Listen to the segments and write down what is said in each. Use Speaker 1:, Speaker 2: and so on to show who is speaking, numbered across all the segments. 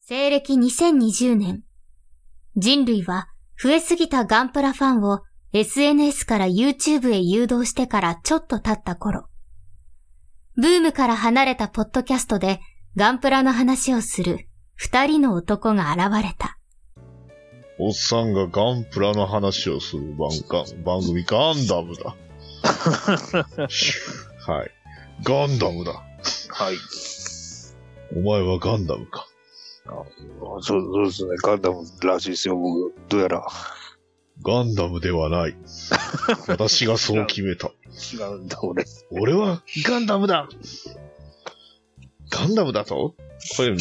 Speaker 1: 西暦2020年、人類は増えすぎたガンプラファンを SNS から YouTube へ誘導してからちょっと経った頃、ブームから離れたポッドキャストでガンプラの話をする二人の男が現れた。
Speaker 2: おっさんがガンプラの話をする番か番組ガンダムだ。はい。ガンダムだ。
Speaker 3: はい。
Speaker 2: お前はガンダムか。
Speaker 3: そう、そうですね。ガンダムらしいですよ、僕。どうやら。
Speaker 2: ガンダムではない。私がそう決めた。
Speaker 3: 違うんだ、俺。
Speaker 2: 俺はガンダムだガンダムだとこれ、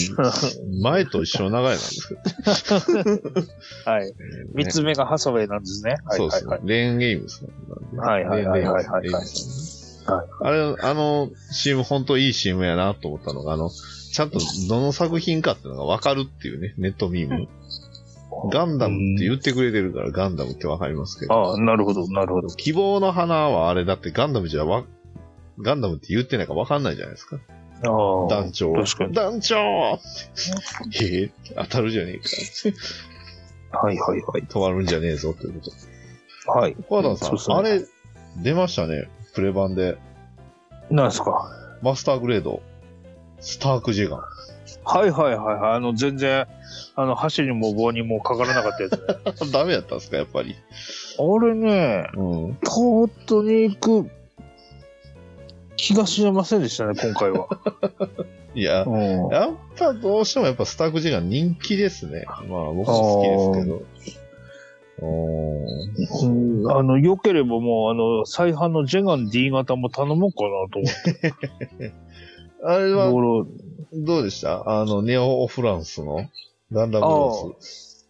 Speaker 2: 前と一緒の流れなんですけど、
Speaker 3: はい。三つ目がハサウェイなんですね。はい
Speaker 2: そうで
Speaker 3: はい
Speaker 2: すね
Speaker 3: はい。。
Speaker 2: レーンゲームですね。
Speaker 3: はいはいはいはいはいはい
Speaker 2: レーンゲームですねあれ、あの CM、本当いい CM やなと思ったのが、あの、ちゃんとどの作品かっていうのがわかるっていうね、ネットミーム。ガンダムって言ってくれてるから、ガンダムってわかりますけど。
Speaker 3: ああ、なるほど、なるほど。
Speaker 2: 希望の花はあれだってガンダムじゃわ、ガンダムって言ってないかわかんないじゃないですか。
Speaker 3: ああ
Speaker 2: 団長。
Speaker 3: 確かに
Speaker 2: 団長へえ、当たるじゃねえか。
Speaker 3: はいはいはい。
Speaker 2: 止まるんじゃねえぞ、ということ。
Speaker 3: はい。
Speaker 2: コアダンさん、
Speaker 3: そうそう
Speaker 2: あれ、出ましたね。プレ版で。
Speaker 3: なんですか。
Speaker 2: マスターグレード。スタークジェガン。
Speaker 3: はいはいはいはい。あの、全然、あの、箸にも棒にもかからなかったやつ ね。
Speaker 2: ダメだったんですか、やっぱり。
Speaker 3: あれね、
Speaker 2: うん。
Speaker 3: ポートに行く気がしませんでしたね、今回は。
Speaker 2: いや、
Speaker 3: うん。
Speaker 2: やっぱどうしてもやっぱスタークジェガン人気ですね。まあ、僕も好きですけど。おー
Speaker 3: うんあの、良ければもう、あの、再販のジェガン D 型も頼もうかなと思って。
Speaker 2: あれは、
Speaker 3: ボロ
Speaker 2: どうでしたあの、ネオ・フランスのガンダムロース。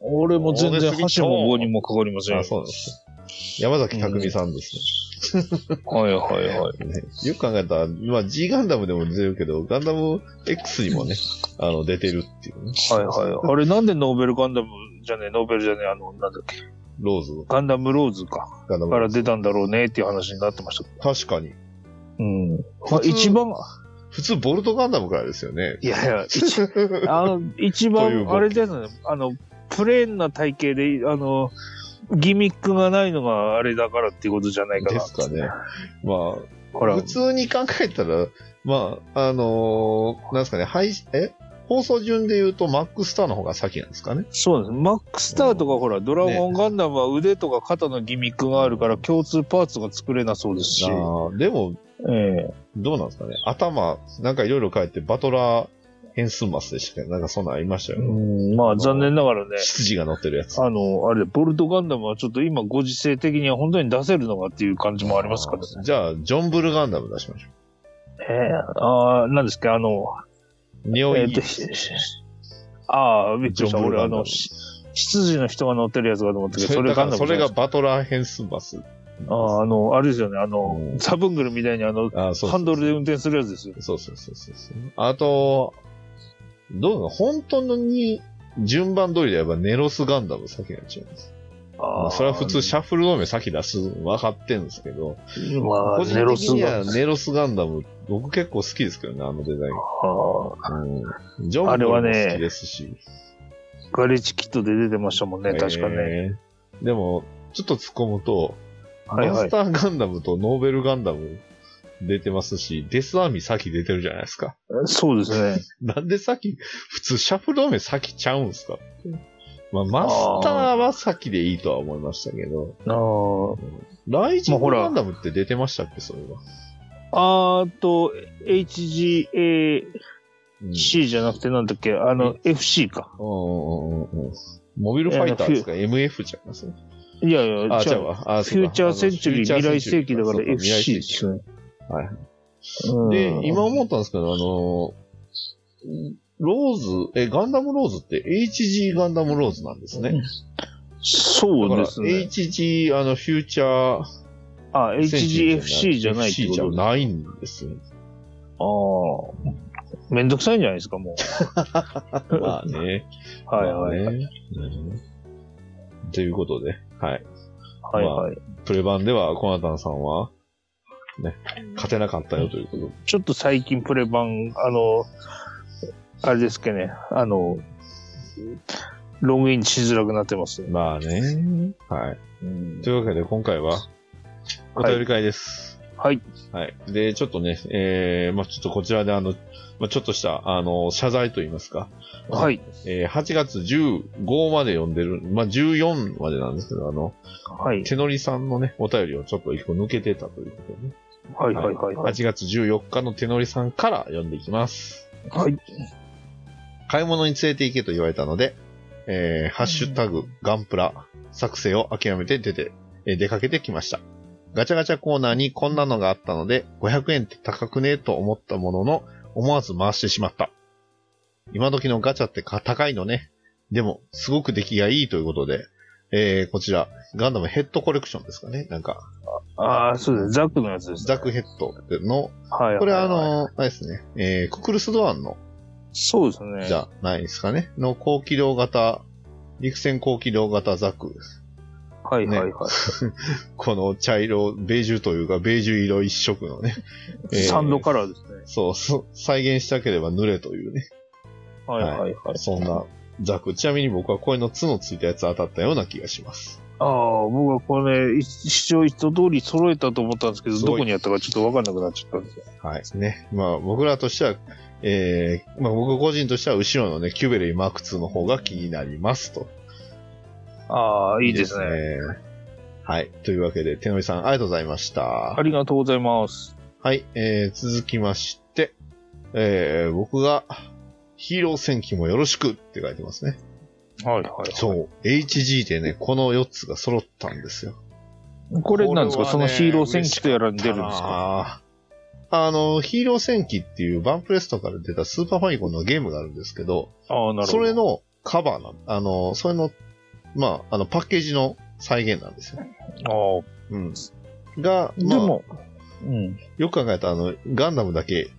Speaker 3: 俺も全然箸も棒にもかかりません
Speaker 2: あ
Speaker 3: よ。
Speaker 2: そうなんですね。山崎匠さんですね。
Speaker 3: はいはいはい。
Speaker 2: ねよく考えたら、まあ G ガンダムでも出てるけど、ガンダム X にもね、あの、出てるっていうね。
Speaker 3: はいはい。あれなんでノーベルガンダムじゃねえ、ノーベルじゃねえ、あの、なんだっけ、
Speaker 2: ローズの
Speaker 3: ガンダムローズか。
Speaker 2: ガンダム
Speaker 3: か
Speaker 2: ロ
Speaker 3: ら
Speaker 2: ーズ。
Speaker 3: 出たんだろうねっていう話になってましたけど。
Speaker 2: 確かに。
Speaker 3: うん。まあ、一番、
Speaker 2: 普通、ボルトガンダムからですよね。
Speaker 3: いやい や、一あの一
Speaker 2: という
Speaker 3: 番、
Speaker 2: わけ
Speaker 3: あれですね、あの、プレーンな体型で、あの、ギミックがないのがあれだからっていうことじゃないかな。
Speaker 2: ですかね。ま
Speaker 3: ほ
Speaker 2: あ、
Speaker 3: ら
Speaker 2: 普、通に考えたら、まあ、あのーなんですかね、配信、え放送順で言うと、マックスターの方が先なんですかね。
Speaker 3: そうです。マックスターとかほら、ドラゴンガンダムは腕とか肩のギミックがあるから共通パーツが作れなそうですし。
Speaker 2: あーでも、
Speaker 3: ええ
Speaker 2: どうなんですかね。頭、なんかいろいろ変えて、バトラー変数マスでしたっけなんかそんなんありましたよね。
Speaker 3: うん、まあ残念ながらね、
Speaker 2: 執事が乗ってるやつ。
Speaker 3: あの、あれ、ボルトガンダムはちょっと今ご時世的には本当に出せるのかっていう感じもありますからね。
Speaker 2: じゃあ、ジョン・ブルガンダム出しましょ
Speaker 3: ええああ、なんですか、あの、
Speaker 2: う。ニオ
Speaker 3: え
Speaker 2: イ
Speaker 3: ー
Speaker 2: ギ
Speaker 3: と
Speaker 2: リス、
Speaker 3: ああ、びっくりし
Speaker 2: ジ
Speaker 3: た。
Speaker 2: ョンブル
Speaker 3: 俺、
Speaker 2: ガ
Speaker 3: あ
Speaker 2: ンダム
Speaker 3: の、し執事の人が乗ってるやつかと思ったけど、そ
Speaker 2: それ
Speaker 3: れガ
Speaker 2: だか
Speaker 3: ンダ
Speaker 2: ら
Speaker 3: ムじ
Speaker 2: そ
Speaker 3: ゃな
Speaker 2: れ
Speaker 3: いで
Speaker 2: が
Speaker 3: す
Speaker 2: バトラー変数バス。
Speaker 3: ああ、あの、あれですよね、あの、
Speaker 2: うん
Speaker 3: ザブングルみたいにあの、
Speaker 2: あそうそう
Speaker 3: ハンドルで運転するやつですよ。
Speaker 2: そうそうそうそうそう。あと、どうなの本当に順番通りでやればネロスガンダム先になっちゃいます。ま
Speaker 3: あ
Speaker 2: あ、それは普通シャッフル同盟先出す分かってんですけど、
Speaker 3: ま
Speaker 2: 個
Speaker 3: あ、
Speaker 2: 人
Speaker 3: ネロ
Speaker 2: 的
Speaker 3: ス
Speaker 2: に
Speaker 3: が
Speaker 2: は。ネロスガンダム、僕結構好きですけどね、あのデザイン。
Speaker 3: ああ
Speaker 2: うん、ジョン
Speaker 3: あれ
Speaker 2: ブ
Speaker 3: は
Speaker 2: ルも
Speaker 3: ね
Speaker 2: 好きですし。
Speaker 3: ガレージキットで出てましたもんね、確かね。
Speaker 2: えーでも、ちょっと突っ込むと、
Speaker 3: はい
Speaker 2: マ
Speaker 3: は
Speaker 2: ス
Speaker 3: い。
Speaker 2: ターガンダムとノーベルガンダム出てますし、デスアーミー先出てるじゃないですか。
Speaker 3: そうです ね。
Speaker 2: なんで先、普通シャッフル同盟先ちゃうんすかまあ、マスターは先でいいとは思いましたけど、
Speaker 3: あー
Speaker 2: ライジン
Speaker 3: まあ
Speaker 2: グ
Speaker 3: ほら
Speaker 2: ガンダムって出てましたっけ、それは。
Speaker 3: あーと、HGAC
Speaker 2: うん
Speaker 3: じゃなくて、なんだっけ、あの、FC か。
Speaker 2: うんうんうんうんモビルファイターですか ?MF ちゃいます
Speaker 3: いやいや、
Speaker 2: あ、
Speaker 3: 違
Speaker 2: ちゃ
Speaker 3: う
Speaker 2: うわ。あ、
Speaker 3: フューチャーセンチュリー未来世紀だから
Speaker 2: そう
Speaker 3: FC で
Speaker 2: 未来世紀
Speaker 3: すね。
Speaker 2: はい
Speaker 3: うん
Speaker 2: で、今思ったんですけど、あのー、ローズ、え、ガンダムローズって HG ガンダムローズなんですね。
Speaker 3: そうです
Speaker 2: だ
Speaker 3: ね。
Speaker 2: から HG、あの、フューチャー、
Speaker 3: あ、HGFC じゃないってこ
Speaker 2: FC じゃ
Speaker 3: とだ。
Speaker 2: ないんですよ。
Speaker 3: ああ。めんどくさいんじゃないですか、もう。
Speaker 2: まあね。
Speaker 3: あ、はいはい。
Speaker 2: まあねうんということで、はい。
Speaker 3: はいはい。
Speaker 2: プレ版では、コナタンさんは、ね、勝てなかったよということで。
Speaker 3: ちょっと最近プレ版、あの、あれですっけどね、あの、ログインしづらくなってますね。
Speaker 2: まあね。はい。
Speaker 3: うん
Speaker 2: というわけで今回は、お便り会です。
Speaker 3: はい。
Speaker 2: はい。で、ちょっとね、えー、まあちょっとこちらであの、まあちょっとした、あの、謝罪といいますか、
Speaker 3: はい。
Speaker 2: えー、8月15まで読んでる、まあ14までなんですけど、あの、
Speaker 3: はい。
Speaker 2: 手乗りさんのね、お便りをちょっと一個抜けてたということでね。
Speaker 3: はい。はい。はい。はい。
Speaker 2: 8月14日の手乗りさんから読んでいきます。
Speaker 3: はい。
Speaker 2: 買い物に連れて行けと言われたので、えーハッシュタグ、ガンプラ、作成を諦めて出て、えー出かけてきました。ガチャガチャコーナーにこんなのがあったので、500円って高くねえと思ったものの、思わず回してしまった。今時のガチャってか高いのね。でも、すごく出来がいいということで、えーこちら、ガンダムヘッドコレクションですかね。なんか、
Speaker 3: ああ、そうです。ザックのやつです、ね。
Speaker 2: ザクヘッドの、
Speaker 3: はい。
Speaker 2: これはあ
Speaker 3: はい、
Speaker 2: の、あれですね、えーククルスドアンの
Speaker 3: そうですね。
Speaker 2: じゃないですかね。の高機動型、陸戦高機動型ザク。
Speaker 3: はい。
Speaker 2: ね
Speaker 3: はい。はい。
Speaker 2: この茶色、ベージュというか、ベージュ色一色の ね。えー
Speaker 3: サンドカラーですね。
Speaker 2: そうそう、再現したければ濡れというね。
Speaker 3: はい。はい。はい。
Speaker 2: そんなザク。ちなみに僕はこれの角ついたやつ当たったような気がします。
Speaker 3: ああ、僕はこれ、ね、一応一通り揃えたと思ったんですけど、
Speaker 2: すご
Speaker 3: ど
Speaker 2: い
Speaker 3: こにあったかちょっとわかんなくなっちゃったんですよ。
Speaker 2: はい。ね。まあ僕らとしては、えー、まあ僕個人としては後ろのね、キューベレイマーク2の方が気になりますと。
Speaker 3: ああ、いいですね。
Speaker 2: ねはい。というわけで、手のりさんありがとうございました。
Speaker 3: ありがとうございます。
Speaker 2: はい、えー、続きまして、えー、僕が、ヒーロー戦記もよろしくって書いてますね。
Speaker 3: はい。はい。
Speaker 2: そう、HG でね、この4つが揃ったんですよ。
Speaker 3: これなんですか、
Speaker 2: これはね
Speaker 3: そのヒーロー戦記とやらに出るんですか
Speaker 2: かあの、ヒーロー戦記っていうバンプレストから出たスーパーファイコンのゲームがあるんですけど、
Speaker 3: ああ、なるほど。
Speaker 2: それのカバーなん、あの、それの、まあ、あの、パッケージの再現なんですよ。
Speaker 3: ああ、
Speaker 2: うん。が、
Speaker 3: で
Speaker 2: まあ、
Speaker 3: も、うん。
Speaker 2: よく考えたらあの、ガンダムだけ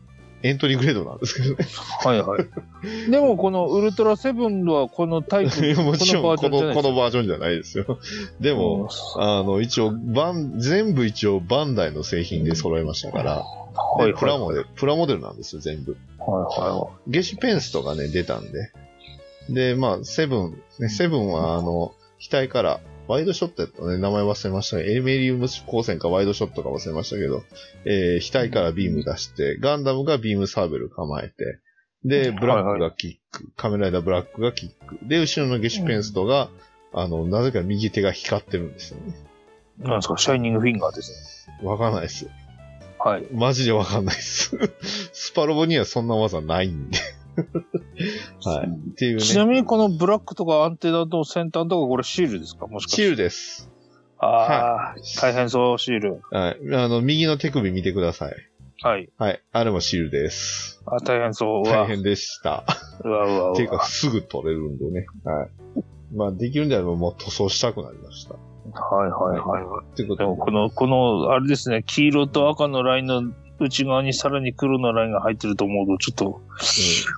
Speaker 2: エントリーグレードなんですけどね
Speaker 3: はいはい。 でも、このウルトラセブンはこのタイプ、
Speaker 2: いやもちろん
Speaker 3: こ
Speaker 2: こ
Speaker 3: のバージョン
Speaker 2: の、このバージョン
Speaker 3: じゃないです
Speaker 2: じゃないですよ。 で
Speaker 3: で
Speaker 2: も、、あの、一応、バン、全部一応、バンダイの製品で揃えましたから、
Speaker 3: はいはい
Speaker 2: でプラモデル、プラモデルなんですよ、全部。
Speaker 3: は
Speaker 2: ゲシュペンスとかね、出たんで。で、まあ、セブン、ね、セブンは、あの、額から、ワイドショットやったね、名前忘れましたけど、エメリウム光線かワイドショットか忘れましたけど、えー、額からビーム出して、ガンダムがビームサーベル構えて、で、ブラックがキック、カメライダーブラックがキック、で、後ろのゲシュペンストが、あの、なぜか右手が光ってるんですよね。
Speaker 3: いはい。なんですか、シャイニングフィンガーですね。
Speaker 2: わかんないです。
Speaker 3: はい。
Speaker 2: マジでわかんないです。 スパロボにはそんな技ないんで。はい。っていうね。
Speaker 3: ちなみに、このブラックとかアンテナの先端とか、これシールですかもしかして。
Speaker 2: シールです。
Speaker 3: ああ、大変そう、シール。
Speaker 2: はい。あの、右の手首見てください。
Speaker 3: はい。
Speaker 2: はい。あれもシールです。
Speaker 3: あ大変そう。うわ、
Speaker 2: 大変でした。
Speaker 3: うわ、うわ、う
Speaker 2: っていう
Speaker 3: わ。
Speaker 2: か、すぐ取れるんでね。はい。まあ、できるんであればもう塗装したくなりました。
Speaker 3: はいはいはいはい。
Speaker 2: ってこ
Speaker 3: で
Speaker 2: と
Speaker 3: も、この、この、あれですね、黄色と赤のラインの内側にさらに黒のラインが入ってると思うと、ちょっと、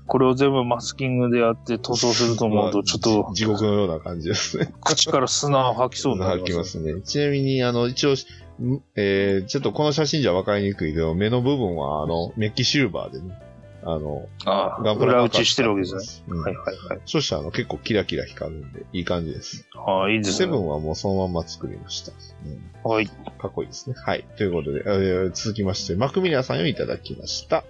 Speaker 3: これを全部マスキングでやって塗装すると思う
Speaker 2: まあ
Speaker 3: と、ちょっと、
Speaker 2: 地獄のような感じですね。
Speaker 3: 口から砂を吐きそうになり
Speaker 2: 吐
Speaker 3: ま
Speaker 2: き
Speaker 3: す。
Speaker 2: ますね。ちなみに、あの、一応、んえー、ちょっとこの写真じゃわかりにくいけど、目の部分は、あの、メッキシルバーでね、あの、
Speaker 3: ああ、
Speaker 2: ガンプラ
Speaker 3: 裏
Speaker 2: マ
Speaker 3: 打
Speaker 2: ーカー
Speaker 3: ちしてるわけですね。
Speaker 2: うん
Speaker 3: はいはいはい。
Speaker 2: そしたら、あの、結構キラキラ光るんで、いい感じです。
Speaker 3: ああ、いいです
Speaker 2: セ
Speaker 3: ね。
Speaker 2: ブンはもうそのまんま作りました。うん
Speaker 3: はい。
Speaker 2: かっこいいですね。はい。ということで、えー続きまして、マクミラーさんをいただきました。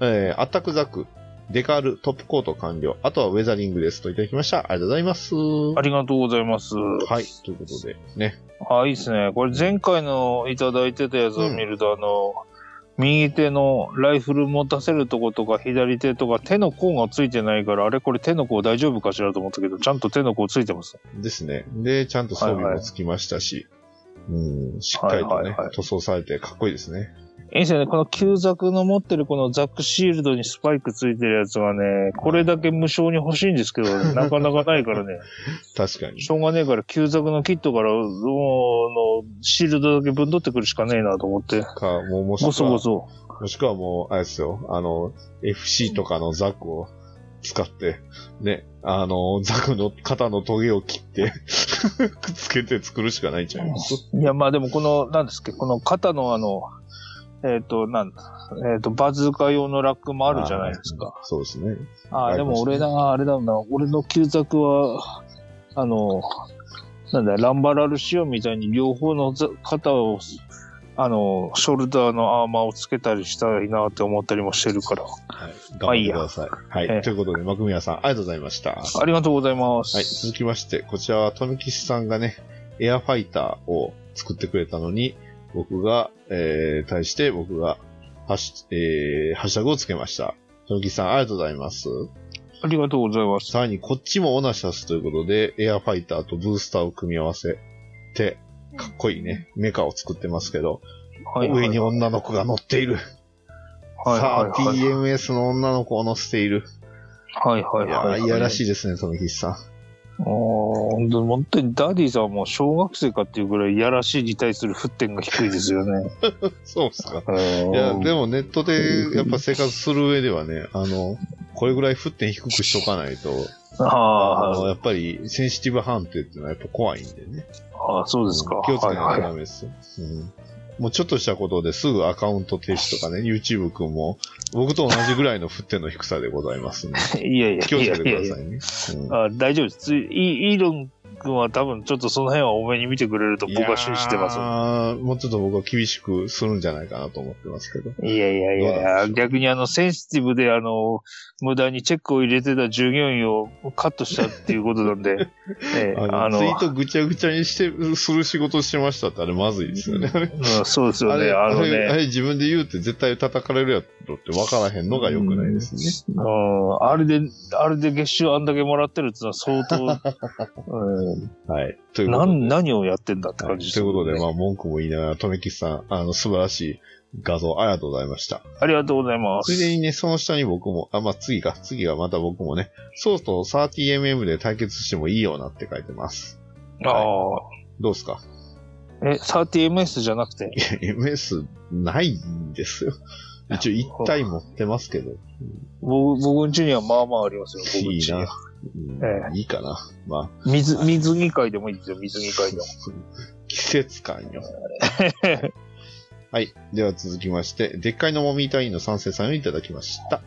Speaker 2: えー、アタックザク、デカール、トップコート完了、あとはウェザリングですといただきました。ありがとうございます。
Speaker 3: あ
Speaker 2: は
Speaker 3: りがとうございます。
Speaker 2: い。ということで、ね。
Speaker 3: ああ、いいですね。これ前回のいただいてたやつを見ると、あの、右手のライフル持たせるとことか左手とか手の甲がついてないから、あれこれ手の甲大丈夫かしらと思ったけど、ちゃんと手の甲ついてます。
Speaker 2: ですね。で、ちゃんと装備もつきましたし、うん、しっかりとね、
Speaker 3: はいはいはい
Speaker 2: 塗装されてかっこいいですね。
Speaker 3: いいですよね。この旧ザクの持ってるこのザクシールドにスパイクついてるやつがね、これだけ無償に欲しいんです けど、なかなかないからね。
Speaker 2: 確かに。
Speaker 3: しょうがねえから、旧ザクのキットから、もう、の、シールドだけぶん取ってくるしかねえなと思って。
Speaker 2: か、もう、もし
Speaker 3: ご
Speaker 2: く
Speaker 3: そご
Speaker 2: は、
Speaker 3: そ。
Speaker 2: もしくはもう、あれですよ、あの、FC とかのザクを使って、ね、あの、ザクの肩のトゲを切って、くっつけて作るしかないんちゃいます
Speaker 3: いや、まあでもこの、なんですっけど、この肩のあの、えっ、と、なんだ、えっ、と、バズーカ用のラックもあるじゃないですか。
Speaker 2: あー。そうですね。
Speaker 3: ああ、
Speaker 2: あり
Speaker 3: で
Speaker 2: ます
Speaker 3: も
Speaker 2: ね
Speaker 3: 俺な、あれなんだ、俺の旧作は、あの、なんだ、ランバラル仕様みたいに両方のざ肩を、あの、ショルダーのアーマーをつけたりしたいなって思ったりもしてるから。
Speaker 2: はい。頑
Speaker 3: あい
Speaker 2: 張っ
Speaker 3: い
Speaker 2: て
Speaker 3: や
Speaker 2: ください。はい。
Speaker 3: ええ
Speaker 2: ということで、マクミヤさん、ありがとうございました。
Speaker 3: ありがとうございます。
Speaker 2: はい、続きまして、こちらは、富吉さんがね、エアファイターを作ってくれたのに、僕が、えー、対して僕が、はし、えー、ハッシュタグをつけました。富吉さん、ありがとうございます。
Speaker 3: ありがとうございます。
Speaker 2: さらに、こっちもオナシャスということで、エアファイターとブースターを組み合わせて、かっこいいね、メカを作ってますけど、
Speaker 3: はい、は
Speaker 2: 上
Speaker 3: い
Speaker 2: に。女の子が乗っている。
Speaker 3: はいはい
Speaker 2: さあ、
Speaker 3: はい
Speaker 2: TMS の女の子を乗せている。
Speaker 3: はいはいい
Speaker 2: や
Speaker 3: は
Speaker 2: ー、
Speaker 3: い。
Speaker 2: いやら
Speaker 3: い。
Speaker 2: しいですね、富吉さん。
Speaker 3: 本当に、本当にダディさんはもう小学生かっていうぐらいいやらしいに対する沸点が低いですよね。
Speaker 2: そうっすか。
Speaker 3: い
Speaker 2: いや、でもネットでやっぱ生活する上ではね、あの、これぐらい沸点低くしとかないと、あの
Speaker 3: あ
Speaker 2: やっぱりセンシティブ判定っていうのはやっぱ怖いんでね。
Speaker 3: あ、そうですか。
Speaker 2: 気をつけな
Speaker 3: はいい
Speaker 2: と
Speaker 3: は
Speaker 2: ダ
Speaker 3: い
Speaker 2: メですよ。うんもうちょっとしたことですぐアカウント停止 とかね、YouTube 君も、僕と同じぐらいの沸点の低さでございますん で、
Speaker 3: いやいやいやいやいや、
Speaker 2: 気をつけてくださいね。うん
Speaker 3: あ大丈夫です。イイーロン君は多分ちょっとその辺は多めに見てくれると僕は注意してます。
Speaker 2: あもうちょっと僕は厳しくするんじゃないかなと思ってますけど。
Speaker 3: いやいやい
Speaker 2: どうなんで
Speaker 3: や
Speaker 2: しょう
Speaker 3: 逆にあのセンシティブであの、無駄にチェックを入れてた従業員をカットしたっていうことな んで、ええ
Speaker 2: あ
Speaker 3: あ
Speaker 2: の
Speaker 3: の
Speaker 2: ツイートぐちゃぐちゃにして、する仕事してましたってあれまずいですよね。
Speaker 3: うんそうですよね。あ
Speaker 2: あれ
Speaker 3: の
Speaker 2: あれあ
Speaker 3: ね、
Speaker 2: れ自分で言うって絶対叩かれるやろって分からへんのが良くないですね。
Speaker 3: うん、あれで、あれで月収あんだけもらってるってのは相 当、うん
Speaker 2: はい。ということ
Speaker 3: な
Speaker 2: で。
Speaker 3: ん何をやってんだって
Speaker 2: は
Speaker 3: 感
Speaker 2: い
Speaker 3: じ
Speaker 2: ということで、
Speaker 3: ね
Speaker 2: まあ、文句も言いながら、とめきさん、あの、素晴らしい画像ありがとうございました。
Speaker 3: ありがとうございま
Speaker 2: つ
Speaker 3: す。
Speaker 2: いでにね、その下に僕も、あ、まあ、次か、次はまた僕もね、ソースと 30mm で対決してもいいようなって書いてます。
Speaker 3: ああ、
Speaker 2: どうですか
Speaker 3: え、30ms じゃなくて、
Speaker 2: ?MS ないんですよ。一応一体持ってますけど、
Speaker 3: 僕、僕ん家にはまあまあありますよ。僕ん
Speaker 2: いい
Speaker 3: 家には
Speaker 2: な。うんいいかな。まあ、
Speaker 3: 水、水着会でもいいですよ、水着会でも。
Speaker 2: 季節感よ。はい。では続きまして、でっかいのもみ隊員の賛成さんをいただきました。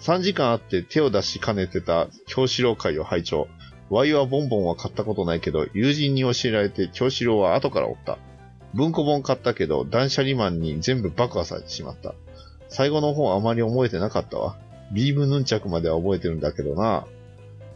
Speaker 2: 3時間あって手を出しかねてた京志郎会を拝聴。ワイはボンボンは買ったことないけど、友人に教えられて京志郎は後から追った。文庫本買ったけど、断捨離マンに全部爆破されてしまった。最後の方あまり覚えてなかったわ。ビームヌンチャクまでは覚えてるんだけどな。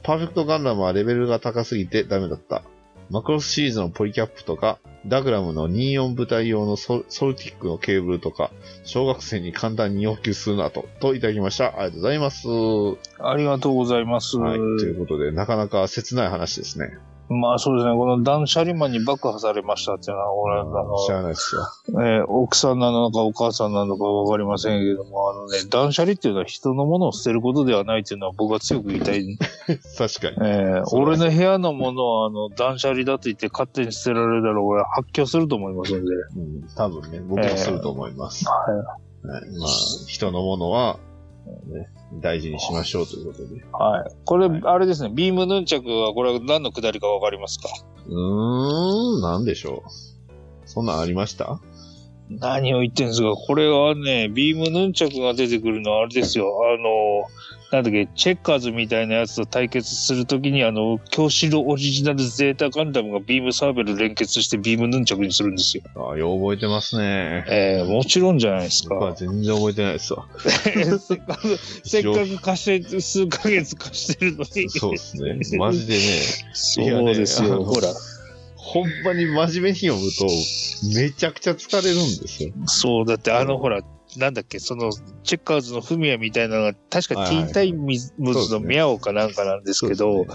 Speaker 2: パーフェクトガンダムはレベルが高すぎてダメだった。マクロスシリーズのポリキャップとか、ダグラムの24部隊用のソルソルティックのケーブルとか、小学生に簡単に要求するなと、といただきました。ありがとうございます。は
Speaker 3: ありがとうございます。
Speaker 2: い。ということで、なかなか切ない話ですね。
Speaker 3: まあそうですね、この断捨離マンに爆破されましたっていうのは、俺、あ
Speaker 2: 知らないですよ。
Speaker 3: の、えー奥さんなのかお母さんなのかわかりませんけども、あのね、断捨離っていうのは人のものを捨てることではないっていうのは僕は強く言いたい。
Speaker 2: 確かに。
Speaker 3: えー
Speaker 2: そう
Speaker 3: 俺の部屋のものは、あの、断捨離だと言って勝手に捨てられるだろう。俺は発狂すると思いますので。
Speaker 2: うん、多分ね、僕もすると思います。
Speaker 3: は
Speaker 2: はい、まあ、人のものは、ね、大事にしましょうということで。
Speaker 3: い。はい。これ、
Speaker 2: はい
Speaker 3: あれですね、ビームヌンチャクは、これは何のくだりかわかりますか
Speaker 2: うーん、なんでしょう。そんなんありました
Speaker 3: 何を言ってんですかこれはね、ビームヌンチャクが出てくるのはあれですよ。あの、なんだっけ、チェッカーズみたいなやつと対決するときに、あの、京志郎オリジナルゼータガンダムがビームサーベル連結してビームヌンチャクにするんですよ。
Speaker 2: あよう覚えてますね。
Speaker 3: えー、もちろんじゃないです
Speaker 2: 僕は
Speaker 3: か。
Speaker 2: 全然覚えてないですわ。
Speaker 3: せっかく、せっかく貸して、数ヶ月貸してるのに。
Speaker 2: そうですね。マジでね、
Speaker 3: そう
Speaker 2: いやね
Speaker 3: です
Speaker 2: あの
Speaker 3: よ。ほら、
Speaker 2: ほんまに真面目に読むと、めちゃくちゃ疲れるんですよ。
Speaker 3: そう、だってあの、ほら、なんだっけ、その、チェッカーズのフミヤみたいなのが、確
Speaker 2: は
Speaker 3: か
Speaker 2: い
Speaker 3: ティーンタイムズのミャオかなんかなんですけ
Speaker 2: う
Speaker 3: ど、
Speaker 2: ん。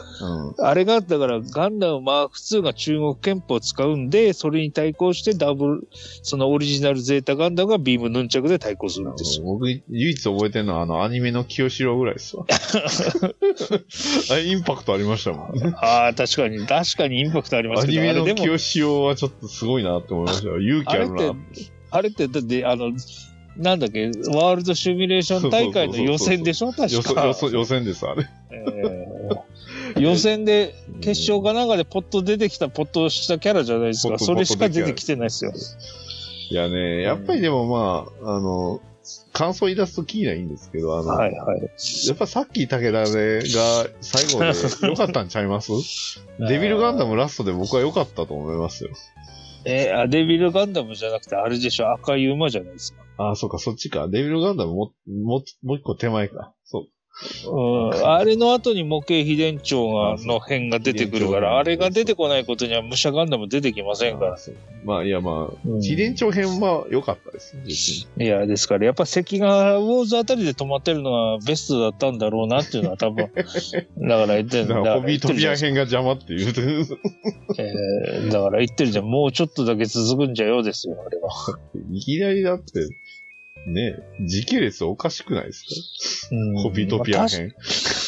Speaker 3: あれが、だから、ガンダムマーク2が中国憲法を使うんで、それに対抗して、ダブル、そのオリジナルゼータガンダムがビームヌンチャクで対抗するんですよ。
Speaker 2: 僕、唯一覚えてるのは、あの、アニメの清志郎ぐらい ですわ。あれインパクトありましたもん。
Speaker 3: ああ、確かに、確かにインパクトありま
Speaker 2: ア
Speaker 3: すけ
Speaker 2: ニ
Speaker 3: ど、
Speaker 2: メ
Speaker 3: あ
Speaker 2: の
Speaker 3: れでも、
Speaker 2: 清志郎はちょっとすごいなって思いましたよ。勇気あるなって。
Speaker 3: あれって、だって、あの、なんだっけ、ワールドシミュレーション大会の予選でしょ
Speaker 2: 予
Speaker 3: 確
Speaker 2: 想
Speaker 3: か
Speaker 2: 予。想予選です、あれ。
Speaker 3: えー予選で、決勝かなんかでポッと出てきた、ポッとしたキャラじゃないです
Speaker 2: ポ
Speaker 3: か。
Speaker 2: ッと
Speaker 3: それしか出てきてないですよ。
Speaker 2: いいやね、やっぱりでもまあ、あの、感想言い出すとキーないいんですけど、あの、
Speaker 3: はいはい。
Speaker 2: やっぱさっき武田ねが最後で良かったんちゃい ますデビルガンダムラストで僕は良かったと思いますよ。
Speaker 3: えー、あ、デビルガンダムじゃなくて、あれでしょ、赤い馬じゃないですか。
Speaker 2: ああ、そうか、そっちか。デビルガンダムも、も、もう一個手前か。そう。
Speaker 3: うん、あれの後に模型秘伝長がの辺が出てくるか
Speaker 2: そう
Speaker 3: ら、あれが出てこないことには武者ガンダム出てきませんから
Speaker 2: あ。そうまあ、いやまあ、
Speaker 3: うん
Speaker 2: 秘伝長編は良かったです。別に
Speaker 3: いや、ですから、やっぱ関ヶ原ウォーズあたりで止まってるのはベストだったんだろうなっていうのは 多分、だから言って
Speaker 2: だ
Speaker 3: る
Speaker 2: か、
Speaker 3: だからら
Speaker 2: ホビー
Speaker 3: 言っ
Speaker 2: ト
Speaker 3: てるじ
Speaker 2: ピ
Speaker 3: ゃ
Speaker 2: ア
Speaker 3: ん。
Speaker 2: 編が邪魔っていう。
Speaker 3: えーだから言ってるじゃん。もうちょっとだけ続くんじゃようですよ、あれは。
Speaker 2: いきなりだって、ね、時系列おかしくないです
Speaker 3: うん
Speaker 2: かホビートピア編。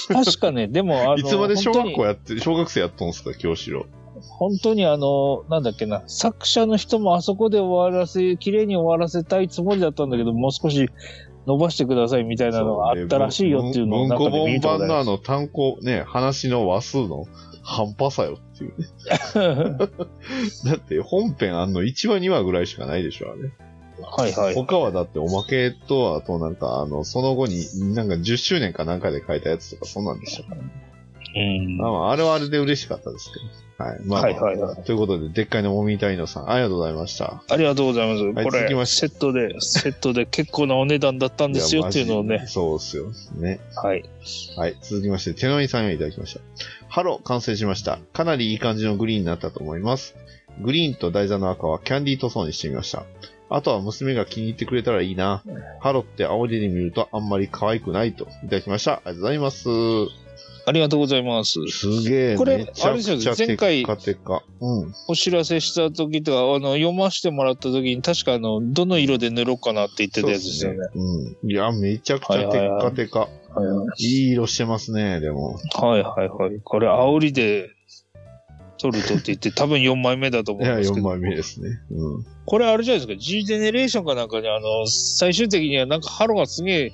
Speaker 3: まあ確か確かね、でも、あの、
Speaker 2: いつまで小学
Speaker 3: 本当
Speaker 2: 校
Speaker 3: に
Speaker 2: やって、小学生やっとんすか、京志郎。
Speaker 3: 本当にあの、なんだっけな、作者の人もあそこで終わらせ、綺麗に終わらせたいつもりだったんだけど、もう少し伸ばしてくださいみたいなのがあったらしいよっていうのを
Speaker 2: 文
Speaker 3: なん
Speaker 2: 庫
Speaker 3: かで
Speaker 2: 本
Speaker 3: 見たこ
Speaker 2: 版
Speaker 3: と
Speaker 2: の
Speaker 3: あ
Speaker 2: あ
Speaker 3: る
Speaker 2: の単行、ね、話の話数の半端さよっていう。 だって本編あんの1話2話ぐらいしかないでしょ、あれ。
Speaker 3: は いはい。
Speaker 2: 他はだっておまけと、あとなんか、あの、その後に、なんか10周年かなんかで書いたやつとか、そんなんでしたから、ね。
Speaker 3: うん
Speaker 2: まあまあ、あれはあれで嬉しかったですけど。はい。まあ、
Speaker 3: はいはいはい
Speaker 2: ということで、でっかいのもみたいのさん、ありがとうございました。
Speaker 3: ありがとうございます。
Speaker 2: はい
Speaker 3: こ
Speaker 2: 続きま
Speaker 3: れ、
Speaker 2: して
Speaker 3: セットで、セットで結構なお値段だったんですよっていうのを
Speaker 2: や。マ
Speaker 3: ね。
Speaker 2: ジそうっすよ。ね。
Speaker 3: はい。
Speaker 2: はい。続きまして、手のいさんよりいただきました。ハロー、完成しました。かなりいい感じのグリーンになったと思います。グリーンと台座の赤はキャンディー塗装にしてみました。あとは娘が気に入ってくれたらいいな。ハロって青で見るとあんまり可愛くないと。いただきました。ありがとうございます。
Speaker 3: ありがとうございます。
Speaker 2: すげえ。
Speaker 3: これ
Speaker 2: めちゃくちゃ
Speaker 3: あれですよね前回
Speaker 2: テカテカ。うん。
Speaker 3: お知らせした時とか、あの、読ませてもらった時に、確かあの、どの色で塗ろうかなって言ってたやつですよね。
Speaker 2: そうっすねうん。いや、めちゃくちゃテッカテカ。
Speaker 3: はいはい
Speaker 2: い色してますね、でも。
Speaker 3: はいはいはい。これ、煽りで、取るとって 言って、多分4枚目だと思
Speaker 2: い
Speaker 3: うん
Speaker 2: や、
Speaker 3: ですけ
Speaker 2: 4
Speaker 3: ど。
Speaker 2: 枚目ですね。うん。
Speaker 3: これ、あれじゃないですか。G ジェネレーションかなんかに、あの、最終的にはなんかハロがすげえ、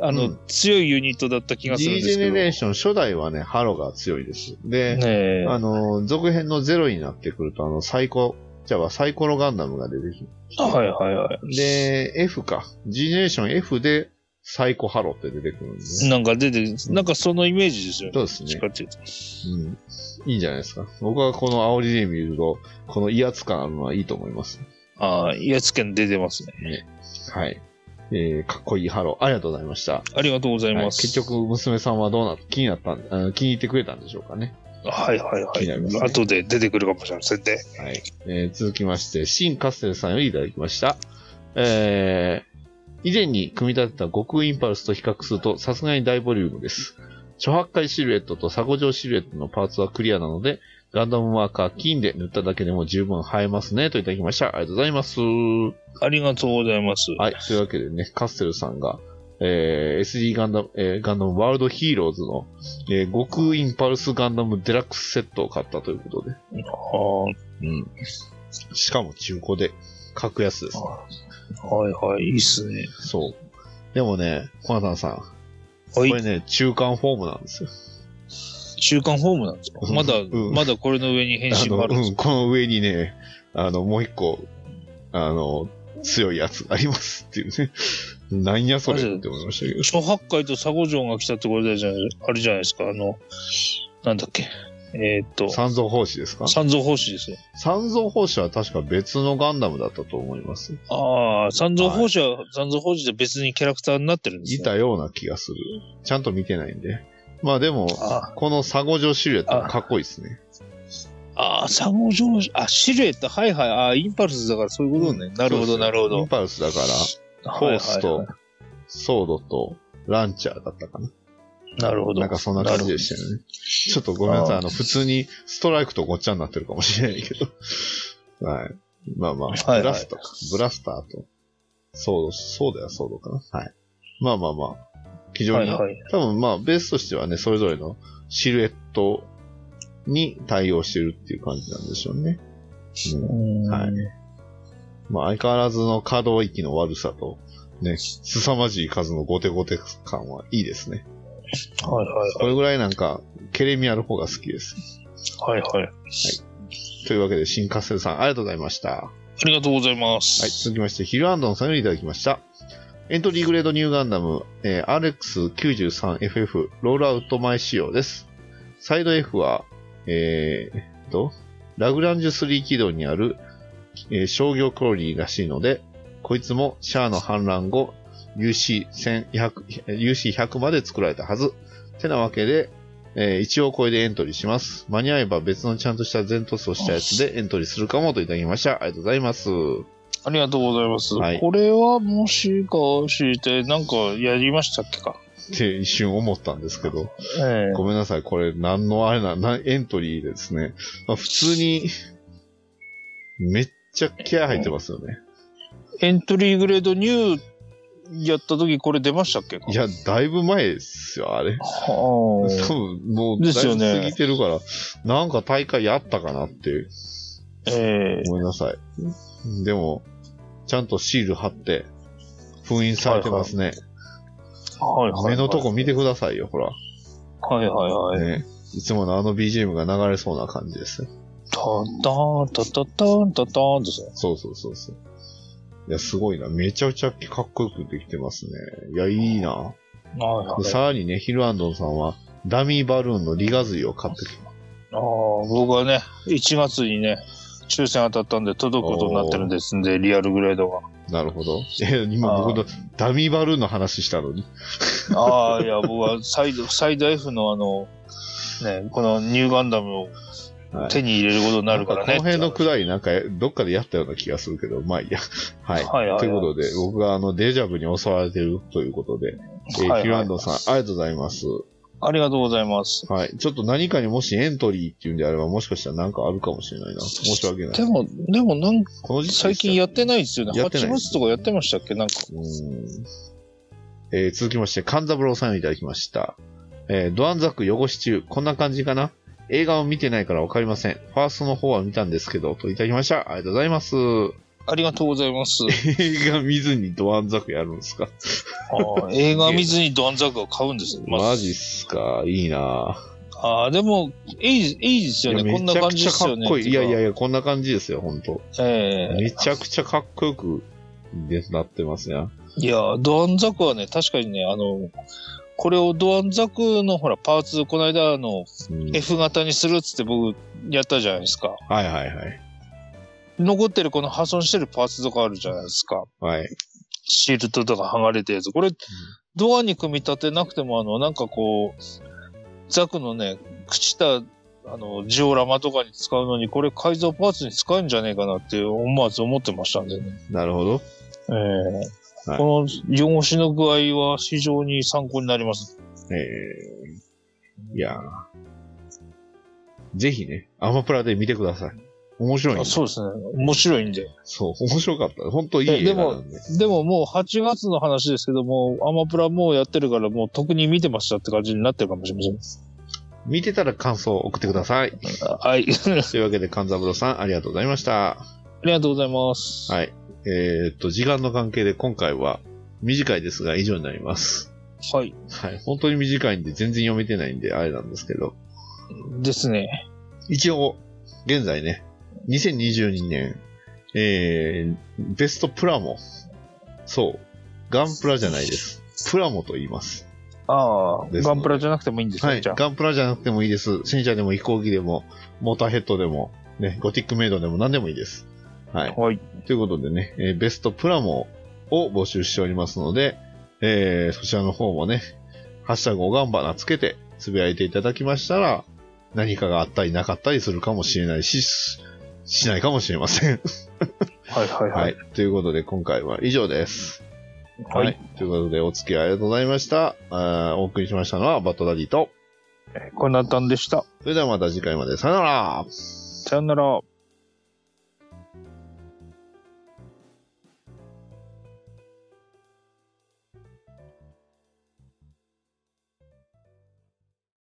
Speaker 3: あの、
Speaker 2: うん
Speaker 3: 強いユニットだった気がする
Speaker 2: G
Speaker 3: ん
Speaker 2: ジ
Speaker 3: で
Speaker 2: ェ
Speaker 3: すけ
Speaker 2: ネ
Speaker 3: ど。
Speaker 2: レーション初代はね、ハロが強いです。で、
Speaker 3: ねえ。
Speaker 2: あの、続編のゼロになってくると、あの、サイコ、じゃあサイコロガンダムが出てき
Speaker 3: はいはいはい。
Speaker 2: て、で、F か。G ジェネレーション F でサイコハロって出てくるんですね。
Speaker 3: なんか出て、なんかそのイメージですよね。
Speaker 2: そうです
Speaker 3: どっち
Speaker 2: ね
Speaker 3: か。っていうと。
Speaker 2: うん。いいんじゃないですか。僕はこの煽りで見ると、この威圧感あるのはいいと思います。
Speaker 3: ああ、やつけん出てますね。
Speaker 2: はい。えー、かっこいいハロー。ありがとうございました。
Speaker 3: ありがとうござい
Speaker 2: はい
Speaker 3: ます。
Speaker 2: 結、局、娘さんはどうなった気になったんあの、気に入ってくれたんでしょうかね。
Speaker 3: はいはい
Speaker 2: 気にな
Speaker 3: は
Speaker 2: り
Speaker 3: い。
Speaker 2: ますね
Speaker 3: 後で出てくるかもしれませんね。
Speaker 2: はい。えー続きまして、シン・カステルさんよりいただきました。えー、以前に組み立てた悟空インパルスと比較すると、さすがに大ボリュームです。初八回シルエットと鎖骨状シルエットのパーツはクリアなので、ガンダムマーカー金で塗っただけでも十分映えますね、といただきました。ありがとうございます。
Speaker 3: ありがとうございます。
Speaker 2: はい。というわけでね、カステルさんが、えー、SD ガンダム、えーガンダムワールドヒーローズの、えー悟空インパルスガンダムデラックスセットを買ったということで。
Speaker 3: ああ
Speaker 2: うん。しかも中古で、格安です。
Speaker 3: はいはい、いいっすね。
Speaker 2: そう。でもね、コナタンさん、
Speaker 3: は
Speaker 2: こ
Speaker 3: い
Speaker 2: れ。ね、中間フォームなんですよ。
Speaker 3: 週刊ホームなんですか
Speaker 2: うん
Speaker 3: まだ、
Speaker 2: うん
Speaker 3: まだこれの上に返
Speaker 2: あ
Speaker 3: 信が
Speaker 2: の、
Speaker 3: あるんで
Speaker 2: う
Speaker 3: す
Speaker 2: ん、
Speaker 3: か
Speaker 2: この上にね、あの、もう一個、あの、強いやつ ありますっていうね。なんやそれって思いましたけど。
Speaker 3: 諸八海と佐護城が来たってこれでじゃないあれじゃないですか。あの、なんだっけ。えーっと、
Speaker 2: 三蔵法師ですか
Speaker 3: 三蔵法師ですよ。
Speaker 2: 三蔵法師は確か別のガンダムだったと思います。
Speaker 3: ああ、三蔵法師は、三蔵法師で別にキャラクターになってるんです
Speaker 2: い
Speaker 3: ね。
Speaker 2: たような気がする。ちゃんと見てないんで。まあでも、
Speaker 3: ああ
Speaker 2: このサゴジョシルエットかっこいいですね。
Speaker 3: ああ、サゴジョージ、あ、シルエット、はいはい、ああ、インパルスだからそういうことね。なる
Speaker 2: そう
Speaker 3: ほど、
Speaker 2: そう
Speaker 3: なるほ
Speaker 2: イン
Speaker 3: ど。
Speaker 2: パルスだから、フォース
Speaker 3: は
Speaker 2: と
Speaker 3: いはいは、
Speaker 2: ソードと、ランチャーだったかな。
Speaker 3: いなるほど。
Speaker 2: なんかそんな感じでしたよね。ちょっとごめんなさい、
Speaker 3: あー
Speaker 2: あの、普通にストライクとごっちゃになってるかもしれないけど。 はい。まあま
Speaker 3: い
Speaker 2: あ、
Speaker 3: はい
Speaker 2: ブラスターか、ブラスターと、ソード、ソードやソードかな。はい。まあまあまあ、非常
Speaker 3: は
Speaker 2: に、
Speaker 3: いはい。
Speaker 2: 多分まあ、ベースとしてはね、それぞれのシルエットに対応してるっていう感じなんでしょうね。うんは
Speaker 3: はい
Speaker 2: まあ、相変わらずの可動域の悪さと、ね、凄まじい数のゴテゴテ感はいいですね。
Speaker 3: はい
Speaker 2: これぐらいなんか、ケレミある方が好きです。
Speaker 3: はい。はいはい。
Speaker 2: というわけで、新カステルさん、ありがとうございました。
Speaker 3: ありがとうございま
Speaker 2: はい、
Speaker 3: す。
Speaker 2: 続きまして、ヒルアンドンさんよりいただきました。エントリーグレードニューガンダム、えー RX93FF ロールアウト前仕様です。サイド F は、えーえっと、ラグランジュ3軌道にある、えー商業クロリーらしいので、こいつもシャアの反乱後、UC1100 UC100 まで作られたはず。てなわけで、えー一応これでエントリーします。間に合えば別のちゃんとした全塗装したやつでエントリーするかもといただきました。ありがとうございます。
Speaker 3: ありがとうございます。
Speaker 2: はい
Speaker 3: これはもしかして、なんかやりましたっけか
Speaker 2: って一瞬思ったんですけど、
Speaker 3: え
Speaker 2: ごめんなさい、これ何のあれな、なエントリーですね。まあ、普通に、めっちゃ気合入ってますよね。
Speaker 3: エントリーグレードニューやった時これ出ましたっけか
Speaker 2: いや、だいぶ前ですよ、あれ。多
Speaker 3: はあ
Speaker 2: 分、もう、だ
Speaker 3: で
Speaker 2: いぶ
Speaker 3: すよね
Speaker 2: 過ぎてるから、なんか大会やったかなって、
Speaker 3: え
Speaker 2: ごめんなさい。でも、ちゃんとシール貼って、封印されてますね。
Speaker 3: えはいはいは
Speaker 2: 目
Speaker 3: い。
Speaker 2: のとこ見てくださいよ、ほら。
Speaker 3: はいはいはい。
Speaker 2: ね、いつものあの BGM が流れそうな感じですね。
Speaker 3: たたーんたたたーんたたーんですね。
Speaker 2: そうそうそうそう。いや、すごいな。めちゃくちゃかっこよくできてますね。いや、いいな。
Speaker 3: はいはい
Speaker 2: で。さらにね、ヒルアンドンさんは、ダミーバルーンのリガズイを買ってきて、
Speaker 3: ああ、僕はね、1月にね、抽選当たったんで届くことになってるんですんで、リアルグレードが。
Speaker 2: なるほど。え、 今僕のダミーバルーンの話したのに。
Speaker 3: ああ、いや、僕はサイド、サイド F のあの、ね、このニューガンダムを
Speaker 2: はい
Speaker 3: 手に入れることになるからね。
Speaker 2: この辺のくらい、なんか、どっかでやったような気がするけど、まあいいや。はい。
Speaker 3: はいはいはい
Speaker 2: ということで、僕があの、デジャブに襲われてるということで、えー
Speaker 3: はいはい
Speaker 2: ヒルアンドンさん、ありがとうございます。
Speaker 3: ありがとうございます。
Speaker 2: はい。ちょっと何かにもしエントリーっていうんであれば、もしかしたらなんかあるかもしれないな。申し訳ない。
Speaker 3: でも、でもなんか
Speaker 2: この時期でしたら
Speaker 3: 最近やってないですよね。
Speaker 2: やってな
Speaker 3: 8
Speaker 2: い
Speaker 3: 月とかやってましたっけなんか。
Speaker 2: うんえー続きまして、勘三郎さんをいただきました。えードアンザック汚し中、こんな感じかな映画を見てないからわかりません。ファーストの方は見たんですけど、といただきました。ありがとうございます。
Speaker 3: ありがとうござ います。
Speaker 2: 映画見ずにドアンザックやるんですか
Speaker 3: ああ映画見ずにドアンザクを買うんですよ。まず
Speaker 2: マジっすかいいなぁ
Speaker 3: ああ、でも、いい、いいですよ
Speaker 2: い
Speaker 3: ね。
Speaker 2: や
Speaker 3: こんな感じ
Speaker 2: めちゃ
Speaker 3: で
Speaker 2: く
Speaker 3: す
Speaker 2: ちゃ
Speaker 3: よ
Speaker 2: か
Speaker 3: ね。
Speaker 2: っこいい。いやいやい
Speaker 3: や。
Speaker 2: や、こんな感じですよ、ほんと。
Speaker 3: ええ
Speaker 2: めちゃくちゃかっこよく、で、なってますね。
Speaker 3: いや、ドアンザクはね、確かにね、あの、これをドアンザクのほら、パーツ、この間、あの、
Speaker 2: うん、
Speaker 3: F 型にするっつって僕、やったじゃないですか。
Speaker 2: はいはいはい。
Speaker 3: 残ってるこの破損してるパーツとかあるじゃないですか。
Speaker 2: はい。
Speaker 3: シールドとか剥がれたやつ。これ、ドアに組み立てなくても、あの、なんかこう、ザクのね、朽ちた、あの、ジオラマとかに使うのに、これ改造パーツに使えんじゃねえかなって思わず思ってましたんでね。
Speaker 2: なるほど。
Speaker 3: ええ
Speaker 2: はい
Speaker 3: この汚しの具合は非常に参考になります。
Speaker 2: えー、いやーぜひね、アマプラで見てください。面白いん
Speaker 3: あ
Speaker 2: で。
Speaker 3: そうですね。面白いんで。
Speaker 2: そう、面白かった。本当いい
Speaker 3: え
Speaker 2: 映画なんで。
Speaker 3: でももう8月の話ですけども、アマプラもうやってるからもう特に見てましたって感じになってるかもしれません。
Speaker 2: 見てたら感想を送ってください。
Speaker 3: はい。
Speaker 2: というわけで、勘三郎さん、ありがとうございました。
Speaker 3: ありがとうございます。
Speaker 2: はい。えーっと、時間の関係で今回は短いですが、以上になります。
Speaker 3: はい。
Speaker 2: はい。本当に短いんで、全然読めてないんで、あれなんですけど。
Speaker 3: ですね。
Speaker 2: 一応、現在ね、2022年、えー、ベストプラモ。そう。ガンプラじゃないです。プラモと言います。
Speaker 3: ああ、
Speaker 2: です
Speaker 3: ガンプラじゃなくてもいいんですね、
Speaker 2: はい。
Speaker 3: じゃあ。
Speaker 2: ガンプラじゃなくてもいいです。戦車でも飛行機でも、モーターヘッドでも、ね、ゴティックメイドでも何でもいいです。はい。
Speaker 3: はい。
Speaker 2: ということでね、えーベストプラモを募集しておりますので、えー、そちらの方もね、ハッシュタグおがんばなつけて、つぶやいていただきましたら、何かがあったりなかったりするかもしれないし、ししないかもしれません。
Speaker 3: はいはいは
Speaker 2: はいい。。ということで、今回は以上です。
Speaker 3: はい。
Speaker 2: ということで、お付き合いありがとうございました。あーお送りしましたのは、バットダディと。
Speaker 3: こんなったんでした。
Speaker 2: それではまた次回まで。さよなら。
Speaker 3: さよなら。